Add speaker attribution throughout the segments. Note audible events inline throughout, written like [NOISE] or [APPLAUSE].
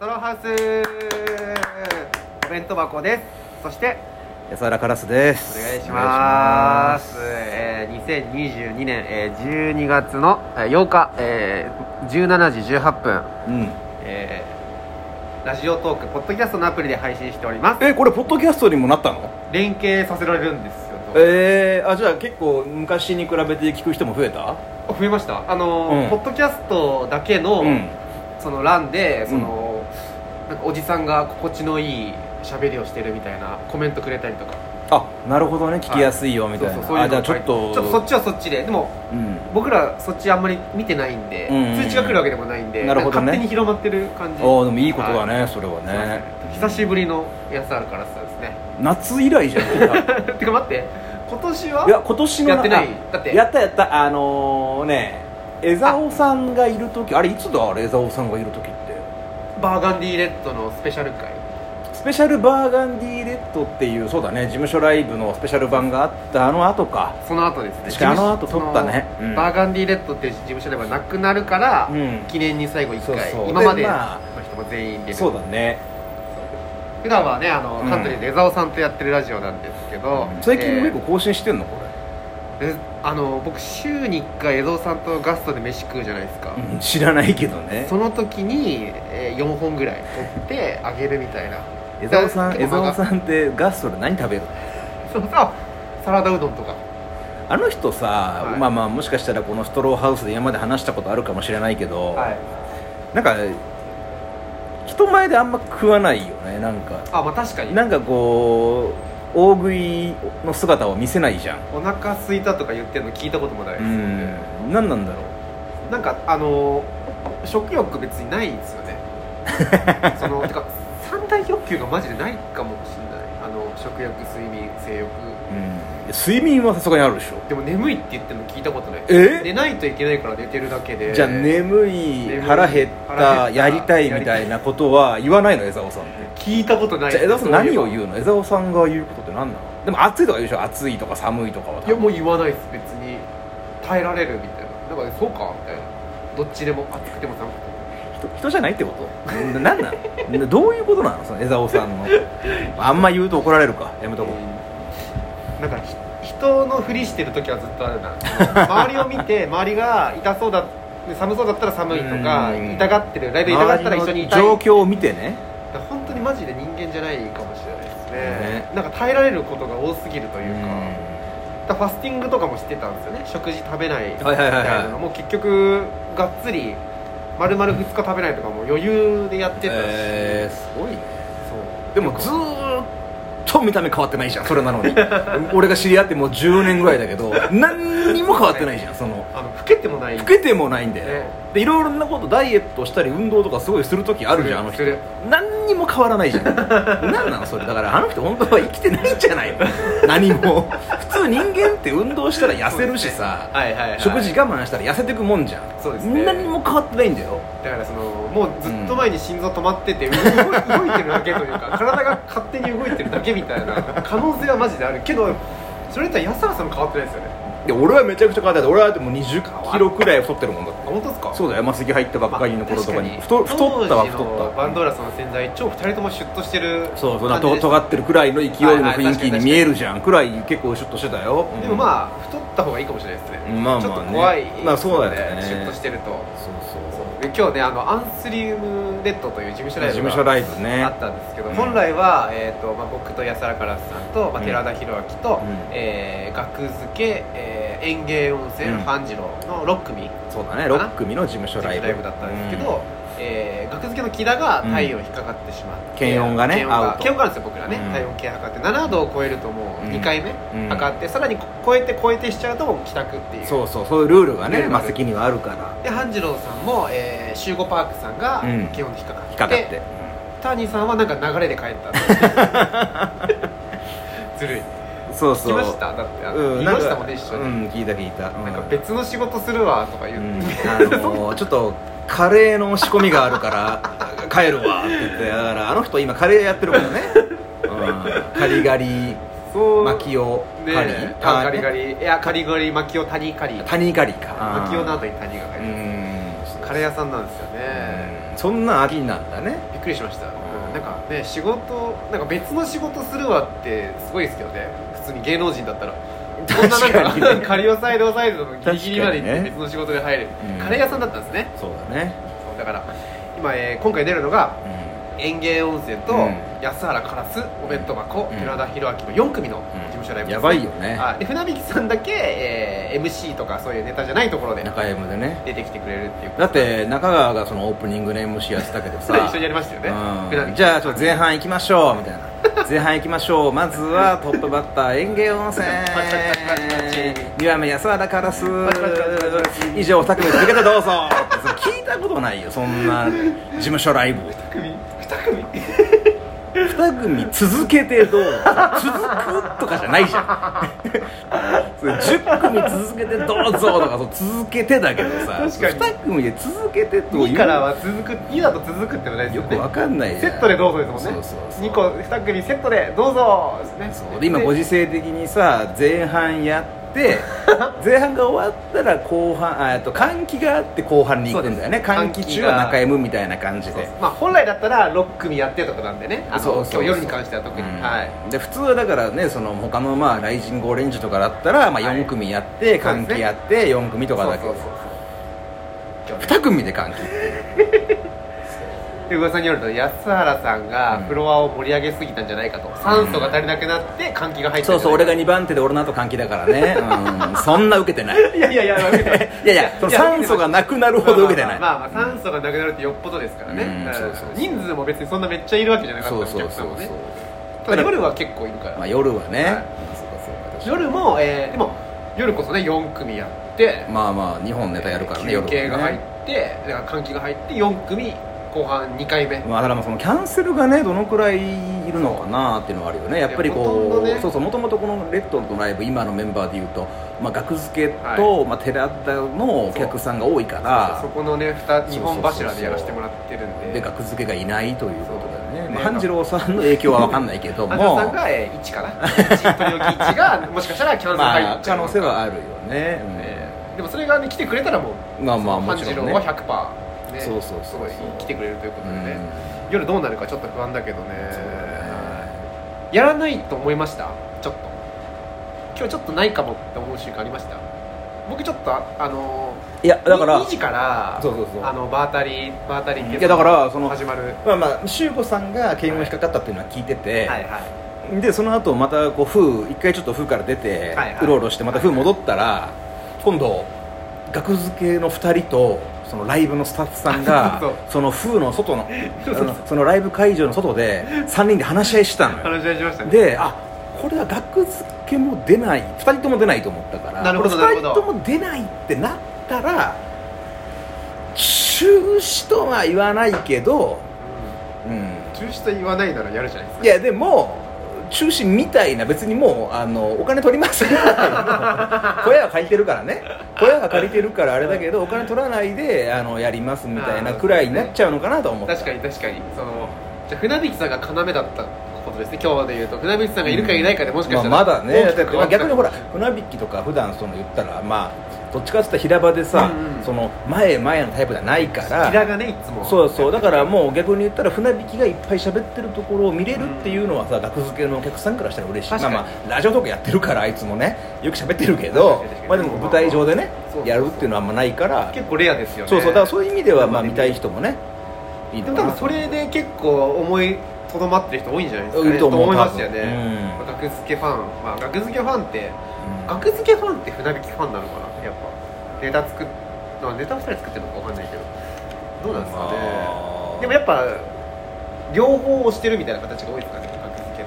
Speaker 1: ソロハウスお弁当箱ですそして
Speaker 2: 安原カラスで
Speaker 1: お
Speaker 2: す
Speaker 1: 願いします
Speaker 2: お願いしま
Speaker 1: えー2022年、えー12月のえー8日、えー17時18分、
Speaker 2: すうん
Speaker 1: えーラジオトークポッドキャストのアプリで配信しております
Speaker 2: えこれポッドキャストにもなったの
Speaker 1: 連携させられるんですよ
Speaker 2: えー、あじゃあ結構昔に比べて聞く人も増えた
Speaker 1: あ増えましたあのー、
Speaker 2: うん
Speaker 1: ポッドキャストだけの、その欄でその、なんかおじさんが心地のいい喋りをしてるみたいなコメントくれたりとか
Speaker 2: あなるほどね聞きやすいよみたいな、
Speaker 1: そうそうそういう
Speaker 2: あじ
Speaker 1: の
Speaker 2: ゃ
Speaker 1: を
Speaker 2: あちょっと
Speaker 1: ちょっとそっちはそっちででも
Speaker 2: うん
Speaker 1: 僕らそっちあんまり見てないんで、
Speaker 2: うんうんうん
Speaker 1: 通知が来るわけでもないんで
Speaker 2: なるほ
Speaker 1: んか
Speaker 2: どね
Speaker 1: 勝手に広まってる感じ
Speaker 2: ああでもいいことだね、それは
Speaker 1: はい
Speaker 2: ね
Speaker 1: 久しぶりのやつあるからそうですね [LAUGHS]
Speaker 2: 夏以来じゃない
Speaker 1: てか待って今年はい
Speaker 2: や今年の
Speaker 1: やってないだっ
Speaker 2: あ
Speaker 1: て
Speaker 2: やったやったあのー、ね江澤さんがいる時あれいつだあれ江澤さんがいる時って
Speaker 1: バーガンディレッドのスペシャル回
Speaker 2: スペシャルバーガンディレッドっていうそうだね事務所ライブのスペシャル版があったあの後か
Speaker 1: その後ですね
Speaker 2: 確かにあの後撮ったね
Speaker 1: その
Speaker 2: うん
Speaker 1: バーガンディレッドっていう事務所ではなくなるから、
Speaker 2: うん
Speaker 1: 記念に最後1回
Speaker 2: そうそう
Speaker 1: 今まで
Speaker 2: で
Speaker 1: の
Speaker 2: まあ
Speaker 1: 人も全員で
Speaker 2: そうだね
Speaker 1: 普段はねあの、
Speaker 2: うん
Speaker 1: カントリーで江澤さんとやってるラジオなんですけど、
Speaker 2: 最近も結構
Speaker 1: え
Speaker 2: 更新してんのこ
Speaker 1: ーえあの僕週に1回江澤さんとガストで飯食うじゃないですか、
Speaker 2: れ、うん知らないけどね
Speaker 1: その時に、え4本ぐらい取ってあげるみたいな
Speaker 2: 江澤さん江
Speaker 1: 結構長い
Speaker 2: 澤さんってガストで何食べるの
Speaker 1: そうさサラダうどんとか
Speaker 2: あの人さ、
Speaker 1: はい
Speaker 2: まあまあもしかしたらこのストローハウスで今まで話したことあるかもしれないけど、
Speaker 1: い
Speaker 2: なんか人前であんま食わないよねなんか
Speaker 1: あまあ確かに
Speaker 2: なんかこう大食いの姿を見せないじゃん
Speaker 1: お腹空いたとか言ってるの聞いたこともないです
Speaker 2: う
Speaker 1: よね、
Speaker 2: ん何なんだろう
Speaker 1: なんかあのー食欲別にないんですよ
Speaker 2: [LAUGHS]
Speaker 1: ねそのてか三大欲求がマジでないかもしれないあの食欲睡眠性欲
Speaker 2: うん睡眠はさすがにあるでしょ
Speaker 1: でも眠いって言っても聞いたことない
Speaker 2: え
Speaker 1: 寝ないといけないから寝てるだけで
Speaker 2: じゃあ眠い
Speaker 1: 眠い
Speaker 2: 腹減った
Speaker 1: 腹減った
Speaker 2: やりたいみたいなことは言わないの江澤さんって
Speaker 1: 聞いたことない
Speaker 2: じゃあ江澤さん何を
Speaker 1: う
Speaker 2: 言うの江澤さんが言うことって何なのでも暑いとか言うでしょ暑いとか寒いとかは多
Speaker 1: いや
Speaker 2: 分
Speaker 1: もう言わないです別に耐えられるみたいななんか、そうかみたいなどっちでも暑くても寒くても
Speaker 2: 人人じゃないってことな何なのどういうことなのその江澤さんのあんま言うと怒られるかやめとこう
Speaker 1: なんかひ人のふりしてる時はずっとあるな周りを見
Speaker 2: [LAUGHS]
Speaker 1: て周りが痛そうだ寒そうだったら寒いとか
Speaker 2: うん
Speaker 1: 痛がってるだいぶ痛がったら一緒にいたい
Speaker 2: 周りの状況を見てね
Speaker 1: 本当にマジで人間じゃないかもしれないですね
Speaker 2: ね
Speaker 1: なんか耐えられることが多すぎるというか,、
Speaker 2: う
Speaker 1: だからファスティングとかもしてたんですよね食事食べないみた
Speaker 2: はいはいはいはい
Speaker 1: いなのも結局がっつり丸々2日食べないとかも余裕でやってたし、
Speaker 2: えー、すごいね
Speaker 1: そう
Speaker 2: でもずーっと見た目変わってないじゃんそれなのに俺が知り合ってもう10年ぐらいだけど何にも変わってないじゃんその
Speaker 1: あの老けてもない
Speaker 2: 老けてもないんだよ、
Speaker 1: ね
Speaker 2: でいろいろなことダイエットしたり運動とかすごいする時あるじゃんあの
Speaker 1: す
Speaker 2: 人
Speaker 1: る
Speaker 2: 何にも変わらないじゃん [LAUGHS] 何なのそれだからあの人本当は生きてないんじゃないの何も普通人間って運動したら痩せるしさ、
Speaker 1: はいはい、はい、
Speaker 2: 食事我慢したら痩せてくもんじゃん
Speaker 1: そうですね
Speaker 2: 何も変わってないんだよ
Speaker 1: だからそのもうずっと前に心臓止まってて、動い動いてるだけという
Speaker 2: [LAUGHS]
Speaker 1: か体が勝手に動いてるだけみたいな可能性はマジであるけどそれとは安原さんも変わってないですよね
Speaker 2: で俺はめちゃくちゃ変わったよ俺はでも2 0キロくらい太ってるもんだって
Speaker 1: あ本当ですか
Speaker 2: そうだよ山杉入ったばっかりの頃とかに,、
Speaker 1: まあ
Speaker 2: 太
Speaker 1: 確
Speaker 2: 太ったわ
Speaker 1: 当時の
Speaker 2: 太っ
Speaker 1: バンドーラスの洗剤超二人ともシュッとしてる
Speaker 2: たそうそ
Speaker 1: 感
Speaker 2: うだ
Speaker 1: じ
Speaker 2: と
Speaker 1: でした
Speaker 2: 尖ってるくらいの勢いの雰囲気に見えるじゃんくらい結構シュッとしてたよ、うん
Speaker 1: でもまあ太った方がいいかもしれないですね、
Speaker 2: まあまあね
Speaker 1: ちょっと怖いですよ
Speaker 2: まあそうだよね
Speaker 1: シュッとしてると
Speaker 2: そう
Speaker 1: そ
Speaker 2: そう
Speaker 1: うで今日ねあのアンスリウムレッドという事務所ライ
Speaker 2: 事
Speaker 1: ブが
Speaker 2: 務所ライブね
Speaker 1: あったんですけど、
Speaker 2: うん
Speaker 1: 本来は、えーとまあ、僕と安原カラスさんと、まあ、寺田博明と、
Speaker 2: うん
Speaker 1: えー学付け、えー園芸温泉
Speaker 2: うん
Speaker 1: 半次郎の6組
Speaker 2: そうだね6組の事務所
Speaker 1: ラ
Speaker 2: ラ
Speaker 1: イ
Speaker 2: イ
Speaker 1: ブ
Speaker 2: ブ
Speaker 1: ライブだったんですけど、えー学付けの木田が体温引っかかってしまって、
Speaker 2: 検温がね
Speaker 1: 検温
Speaker 2: アウ
Speaker 1: が
Speaker 2: ト
Speaker 1: 検温があるんですよ僕らね、
Speaker 2: うん
Speaker 1: 体温計測って7度を超えるともう2回目
Speaker 2: うん
Speaker 1: 測って、さらに超えて超えてしちゃうともう帰宅っていう
Speaker 2: うんそうそうそういうルールが
Speaker 1: ルー
Speaker 2: ね
Speaker 1: ルが
Speaker 2: マ
Speaker 1: ある
Speaker 2: セキにはあるから
Speaker 1: で半次郎さんも、えー、集合パークさんが
Speaker 2: うん
Speaker 1: 気温に引っかかって,、
Speaker 2: 引っかかって
Speaker 1: ターニーさんはなんか流れで帰ったって
Speaker 2: [LAUGHS]
Speaker 1: ずるい
Speaker 2: そう
Speaker 1: 聞き
Speaker 2: そう
Speaker 1: ましただってあの
Speaker 2: うん
Speaker 1: 言い
Speaker 2: な
Speaker 1: ま
Speaker 2: ん
Speaker 1: した
Speaker 2: か
Speaker 1: もんね一緒に、
Speaker 2: うん聞いた聞いたうん
Speaker 1: なんか別の仕事するわとか言
Speaker 2: う
Speaker 1: っ
Speaker 2: ん
Speaker 1: て、
Speaker 2: あのー [LAUGHS] ちょっとカレーの仕込みがあるから [LAUGHS] 帰るわって言ってだからあの人今カレーやってるからね、うん、カリガリ
Speaker 1: そう
Speaker 2: 巻きを
Speaker 1: ね
Speaker 2: カリ
Speaker 1: え
Speaker 2: タ
Speaker 1: あカリガリいやカリガリ巻きを谷カリ
Speaker 2: タニカリか
Speaker 1: 巻きをの後
Speaker 2: に
Speaker 1: に谷が
Speaker 2: う
Speaker 1: 入る、
Speaker 2: ん
Speaker 1: カレー屋さんなんですよね、
Speaker 2: うんそんな秋なんだね
Speaker 1: びっくりしました、
Speaker 2: ん
Speaker 1: なんかね仕事なんか別の仕事するわってすごいですけどね普通に芸能人だったらこんななんか
Speaker 2: 確かにね
Speaker 1: カリオサイドサイドのギリギリまで行っ
Speaker 2: 確かに
Speaker 1: て
Speaker 2: ね
Speaker 1: 別の仕事で入る、
Speaker 2: うん
Speaker 1: カレー屋さんだったんですね
Speaker 2: そうだね
Speaker 1: だから今、えー今回出るのが園芸温泉と、
Speaker 2: うん
Speaker 1: 安原カラスお弁当箱、
Speaker 2: うん
Speaker 1: 寺田弘明の4組の事務所ライブですね、
Speaker 2: やばいよね
Speaker 1: はいで船引さんだけ、えー MC とかそういうネタじゃないところで
Speaker 2: 中 M でね
Speaker 1: 出てきてくれるっていう
Speaker 2: だって中川がそのオープニングの MC やってたけど
Speaker 1: さ
Speaker 2: さ
Speaker 1: [LAUGHS] 一緒にやりましたよね
Speaker 2: うんじゃあちょっと前半行きましょうみたいな [LAUGHS] 前半行きましょうまずはトップバッター園
Speaker 1: [LAUGHS]
Speaker 2: 芸温泉湯山安原カラス以上2組続けてどうぞ聞いたことないよそんな事務所ライブ
Speaker 1: 2組2組
Speaker 2: 2組続けてどうぞ続くとかじゃないじゃん [LAUGHS] それ10組続けてどうぞとかそう続けてだけど
Speaker 1: 確
Speaker 2: さ
Speaker 1: かに
Speaker 2: 2組で続けてと
Speaker 1: 2からは続く2だと続くってのはないです
Speaker 2: よ
Speaker 1: よ
Speaker 2: く
Speaker 1: ね
Speaker 2: わかんないじゃん
Speaker 1: セットでどうぞですもんね
Speaker 2: そうそうそう
Speaker 1: 2個2組セットでどうぞですね
Speaker 2: そうで今ご時世的にさ前半や
Speaker 1: [LAUGHS]
Speaker 2: って前半が終わったら後半あえっと換気があって後半に行くんだよね
Speaker 1: そうです
Speaker 2: 換気中は中 M みたいな感じ
Speaker 1: そう
Speaker 2: で
Speaker 1: そうまあ本来だったら6組やってとかなんでねあの
Speaker 2: そうそうそう
Speaker 1: 今日夜に関しては特に、
Speaker 2: うん
Speaker 1: はい
Speaker 2: で普通はだからねその他のまあライジングオレンジとかだったらまあ
Speaker 1: はい
Speaker 2: 4組やって
Speaker 1: そうですね
Speaker 2: 換気やって4組とかだけ
Speaker 1: そう
Speaker 2: ど
Speaker 1: そうそう
Speaker 2: 2組で換気
Speaker 1: で噂によると安原さんがフロアを盛り上げすぎたんじゃないかと、酸素が足りなくなって換気が入って
Speaker 2: そうそう俺が2番手で俺の後換気だからね、うん、そんな受け
Speaker 1: [LAUGHS]
Speaker 2: てない
Speaker 1: いやいやいや受けてない
Speaker 2: [LAUGHS] いやいやその酸素がなくなるほど受けてない
Speaker 1: まあまあまあまあまあ酸素がなくなるってよっぽどですからね、
Speaker 2: うん
Speaker 1: だから
Speaker 2: そうそうそう
Speaker 1: 人数も別にそんなめっちゃいるわけじゃなかった
Speaker 2: そ
Speaker 1: ん
Speaker 2: う
Speaker 1: でお
Speaker 2: そう
Speaker 1: 客さ
Speaker 2: そ
Speaker 1: ん
Speaker 2: う
Speaker 1: もね
Speaker 2: そう
Speaker 1: ただ夜は結構いるから、
Speaker 2: まあ夜はね、
Speaker 1: はい
Speaker 2: そうかそうか確かに
Speaker 1: 夜も、えーでも夜こそね4組やって、
Speaker 2: まあまあ2本ネタやるからね
Speaker 1: 休憩
Speaker 2: 夜
Speaker 1: が
Speaker 2: は
Speaker 1: 入っ
Speaker 2: ね
Speaker 1: てだから換気が入って4組後半2回目
Speaker 2: まあだからまあそのキャンセルがねどのくらいいるのかなっていうのはあるよねやっぱり
Speaker 1: ほとん
Speaker 2: こ
Speaker 1: ど
Speaker 2: う、
Speaker 1: ね
Speaker 2: そうそうもともとこのレッドのライブ今のメンバーでいうと、まあ、額付けと、
Speaker 1: は
Speaker 2: まあ、寺田のお客さんが多いから
Speaker 1: そこのね 2,
Speaker 2: そうそうそうそう
Speaker 1: 本柱でやらせてもらってるんで
Speaker 2: で額付けがいないということだよ
Speaker 1: そう
Speaker 2: ね、
Speaker 1: ね
Speaker 2: まあ、半次郎さんの影響は分かんないけども
Speaker 1: 安田さんが、えー、1かな1取り置き1がもしかしたらキャンセル入
Speaker 2: まあ
Speaker 1: っちゃ
Speaker 2: 可
Speaker 1: う
Speaker 2: 能性はあるよね、うん
Speaker 1: えーでもそれがね来てくれたらもう
Speaker 2: まあまあも
Speaker 1: 半
Speaker 2: ち
Speaker 1: 次
Speaker 2: ろ
Speaker 1: 郎
Speaker 2: んね
Speaker 1: は100%ね
Speaker 2: そうそうそ
Speaker 1: す
Speaker 2: うそう
Speaker 1: ごい来てくれるということ
Speaker 2: う
Speaker 1: で
Speaker 2: ん
Speaker 1: ね、夜どうなるかちょっと不安だけどね
Speaker 2: そうだね
Speaker 1: やらないと思いましたちょっと今日ちょっとないかもって思う瞬間ありました僕ちょっとああの
Speaker 2: いや
Speaker 1: ー、
Speaker 2: だから
Speaker 1: 2時から
Speaker 2: そうそうそう
Speaker 1: あのバータリーバータリーってう
Speaker 2: いやだからその
Speaker 1: 始まる
Speaker 2: まあまあ修吾さんが敬語に引っかかったっていうのは聞いてて、
Speaker 1: はいはい
Speaker 2: でその後またこう風一回ちょっと風から出て、
Speaker 1: はいはいう
Speaker 2: ろうろしてまた風戻ったら、今度額付けの2人とそのライブのスタッフさんが
Speaker 1: [LAUGHS] そう
Speaker 2: その風の外の
Speaker 1: [LAUGHS] そうそうそう
Speaker 2: あのそのライブ会場の外で3人で話し合いしてたのよ
Speaker 1: 話し合いしましたね
Speaker 2: であこれは額付けも出ない2人とも出ないと思ったから
Speaker 1: なるほど
Speaker 2: これ
Speaker 1: なるほど
Speaker 2: 2人とも出ないってなったら中止とは言わないけど、うん、
Speaker 1: うん中止と言わないならやるじゃないですか
Speaker 2: いやでも中止みたいな別にもうあのお金取りません [LAUGHS] 小屋は借りてるからね小屋は借りてるからあれだけどお金取らないであのやりますみたいなくらいになっちゃうのかなと思った
Speaker 1: 確かに確かにそのじゃあ船引さんが要だったことですね今日まで言うと船引さんがいるかいないかでもしかしたら、
Speaker 2: まあ、まだね
Speaker 1: 大きく
Speaker 2: だってまあ
Speaker 1: 変
Speaker 2: 逆に
Speaker 1: わ
Speaker 2: ほ
Speaker 1: っ
Speaker 2: ら
Speaker 1: たかもしれない
Speaker 2: 船引きとか普段その言ったらまあどっちかって言ったら平場でさ、
Speaker 1: うんうん
Speaker 2: その前へ前へのタイプじゃないから
Speaker 1: キラがねいつも
Speaker 2: そうそうだからもう逆に言ったら船引きがいっぱい喋ってるところを見れるっていうのはさ額付けのお客さんからしたら嬉しい
Speaker 1: 確
Speaker 2: ま
Speaker 1: か
Speaker 2: あ
Speaker 1: に
Speaker 2: まあラジオとかやってるからあいつもねよく喋ってるけ
Speaker 1: 確か
Speaker 2: ど
Speaker 1: に確かに
Speaker 2: まあでも舞台上でね
Speaker 1: そうそうそう
Speaker 2: やるっていうのはあんまないから
Speaker 1: 結構レアですよね
Speaker 2: そうそうだからそういう意味ではまあ見たい人もねいい
Speaker 1: で
Speaker 2: の
Speaker 1: も
Speaker 2: か
Speaker 1: 多
Speaker 2: な
Speaker 1: 分それで結構思いとどまってる人多いんじゃないですか、
Speaker 2: い
Speaker 1: ね、
Speaker 2: ると思う
Speaker 1: 思いますよね、
Speaker 2: 多分うん
Speaker 1: 学付けファンまあ学付けファンって
Speaker 2: うん
Speaker 1: 学付けファンって船引きファンなのかなやっぱネタ作っまあネタ2人作ってるのか分かんないけどどうなんですか
Speaker 2: まあ
Speaker 1: ねでもやっぱ両方押してるみたいな形が多いですかね学付けっ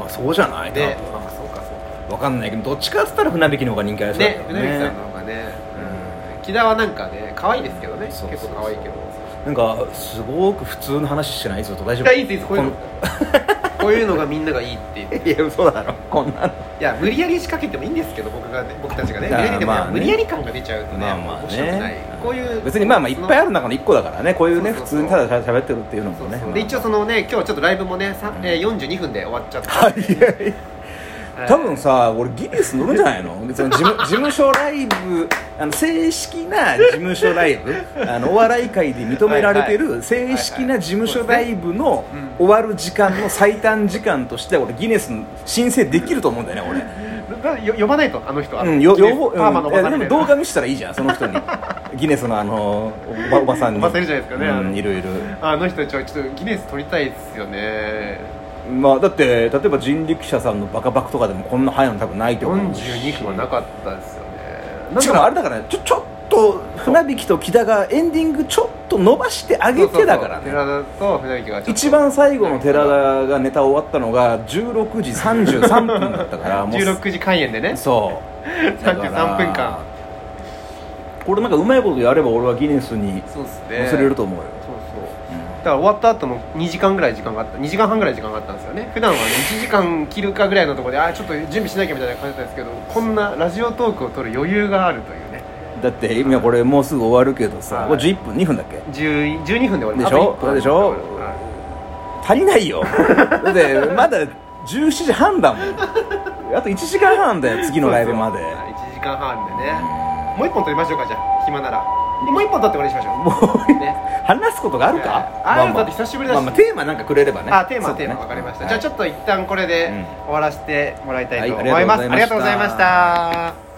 Speaker 2: まあそうじゃない
Speaker 1: てね
Speaker 2: 多
Speaker 1: あそうかそうか
Speaker 2: 分わかんないけどどっちかって言ったら船引きの方が人気ありそうだ
Speaker 1: ね
Speaker 2: けど
Speaker 1: 船引さんの方がね、
Speaker 2: う
Speaker 1: 木田はなんかね可愛いですけどね
Speaker 2: そうそう
Speaker 1: 結
Speaker 2: そう
Speaker 1: 構可愛いけど
Speaker 2: なんかすごく普通の話してないぞと大丈
Speaker 1: いや
Speaker 2: 夫
Speaker 1: いいですいいですこう
Speaker 2: [LAUGHS]
Speaker 1: いうのこういうのがみんながいいって言って
Speaker 2: いや嘘だろこんなの
Speaker 1: いや無理やり仕掛けてもいいんですけど僕がね僕たちがね無
Speaker 2: あー
Speaker 1: 理やりでもね
Speaker 2: まあね
Speaker 1: 無理やり感が出ちゃうとね、
Speaker 2: まあまあ
Speaker 1: 面白くない
Speaker 2: ね
Speaker 1: こういう
Speaker 2: 別にまあまあいっぱいあ
Speaker 1: る
Speaker 2: る中の1個だからねこういうね
Speaker 1: そ
Speaker 2: 普
Speaker 1: うそう
Speaker 2: 通
Speaker 1: そう
Speaker 2: にただしゃべってるっていうのもね [LAUGHS]
Speaker 1: で一応そのね今日ちょっとライブもね、さえー、42分で終わっちゃった
Speaker 2: 早い
Speaker 1: はい
Speaker 2: 多分さ俺ギネス乗るんじゃない
Speaker 1: [LAUGHS]
Speaker 2: のその事務事務所ライブあの正式な事務所ライブ
Speaker 1: [LAUGHS]
Speaker 2: あのお笑い界で認められて
Speaker 1: はいは
Speaker 2: る
Speaker 1: い
Speaker 2: 正式な事務所ライブの終わる時間の最短時間として俺ギネス申請できると思うんだよね俺。
Speaker 1: なよ呼ばないとあの人あの
Speaker 2: うん、よよぼ、うん、
Speaker 1: パーマのおばさん
Speaker 2: いや
Speaker 1: み
Speaker 2: でも
Speaker 1: たい
Speaker 2: 動
Speaker 1: な
Speaker 2: 画見せたらいいじゃんそ
Speaker 1: [LAUGHS]
Speaker 2: の人にギネスのあのおばおばさんに
Speaker 1: おばさんいるじゃないですかねあ
Speaker 2: う
Speaker 1: の
Speaker 2: ん、いるいる
Speaker 1: あの人ちょちょっとギネス取りたいですよね
Speaker 2: まあだって例えば人力車さんのバカバクとかでもこんな早いの多分ないと思うし
Speaker 1: 42分はなかったですよね
Speaker 2: しかもあれだからちょちょっと船引きと木田がエンディングちょっと伸ばしてあげてだからね
Speaker 1: そうそうそう寺田と船木がちょっと
Speaker 2: 一番最後の寺田がネタ終わったのが16時33分だったから [LAUGHS] もう
Speaker 1: 16時開演でね
Speaker 2: そうだから
Speaker 1: 33分間
Speaker 2: これなんかうまいことやれば俺はギネスに
Speaker 1: そうですね
Speaker 2: 載せれると思うよ、
Speaker 1: そうそうだから終わった後も2時間ぐらい時間があった2時間半ぐらい時間があったんですよね普段は1時間切るかぐらいのところであーちょっと準備しなきゃみたいな感じだったんですけどこんなラジオトークを撮る余裕があるというね
Speaker 2: だって今これもうすぐ終わるけどさ、
Speaker 1: はい
Speaker 2: これ11分2分だっけ
Speaker 1: 10 12分で終わり
Speaker 2: でしょ
Speaker 1: あと1分
Speaker 2: でしょ
Speaker 1: は
Speaker 2: 足りない [LAUGHS] よだってまだ17時半だもんあと1時間半だよ
Speaker 1: い
Speaker 2: 次のライブま
Speaker 1: そ
Speaker 2: で
Speaker 1: うそうはい1時間半でねもう1本撮りましょうかじゃあ暇ならでもう1本撮って終わりにしましょう
Speaker 2: もう
Speaker 1: ね
Speaker 2: 話すことがあるか、
Speaker 1: あ
Speaker 2: ま
Speaker 1: あるだって久しぶりだし
Speaker 2: まあまあテーマなんかくれればね
Speaker 1: あテーマ、
Speaker 2: そうだ
Speaker 1: テ
Speaker 2: ね
Speaker 1: ーマ分かりました、
Speaker 2: はい
Speaker 1: じゃあちょっと一旦これで終わらせてもらいたいと思
Speaker 2: はい
Speaker 1: います、
Speaker 2: あ
Speaker 1: あ
Speaker 2: り
Speaker 1: り
Speaker 2: が
Speaker 1: が
Speaker 2: と
Speaker 1: と
Speaker 2: う
Speaker 1: うご
Speaker 2: ござ
Speaker 1: ざ
Speaker 2: い
Speaker 1: い
Speaker 2: ま
Speaker 1: ま
Speaker 2: し
Speaker 1: したた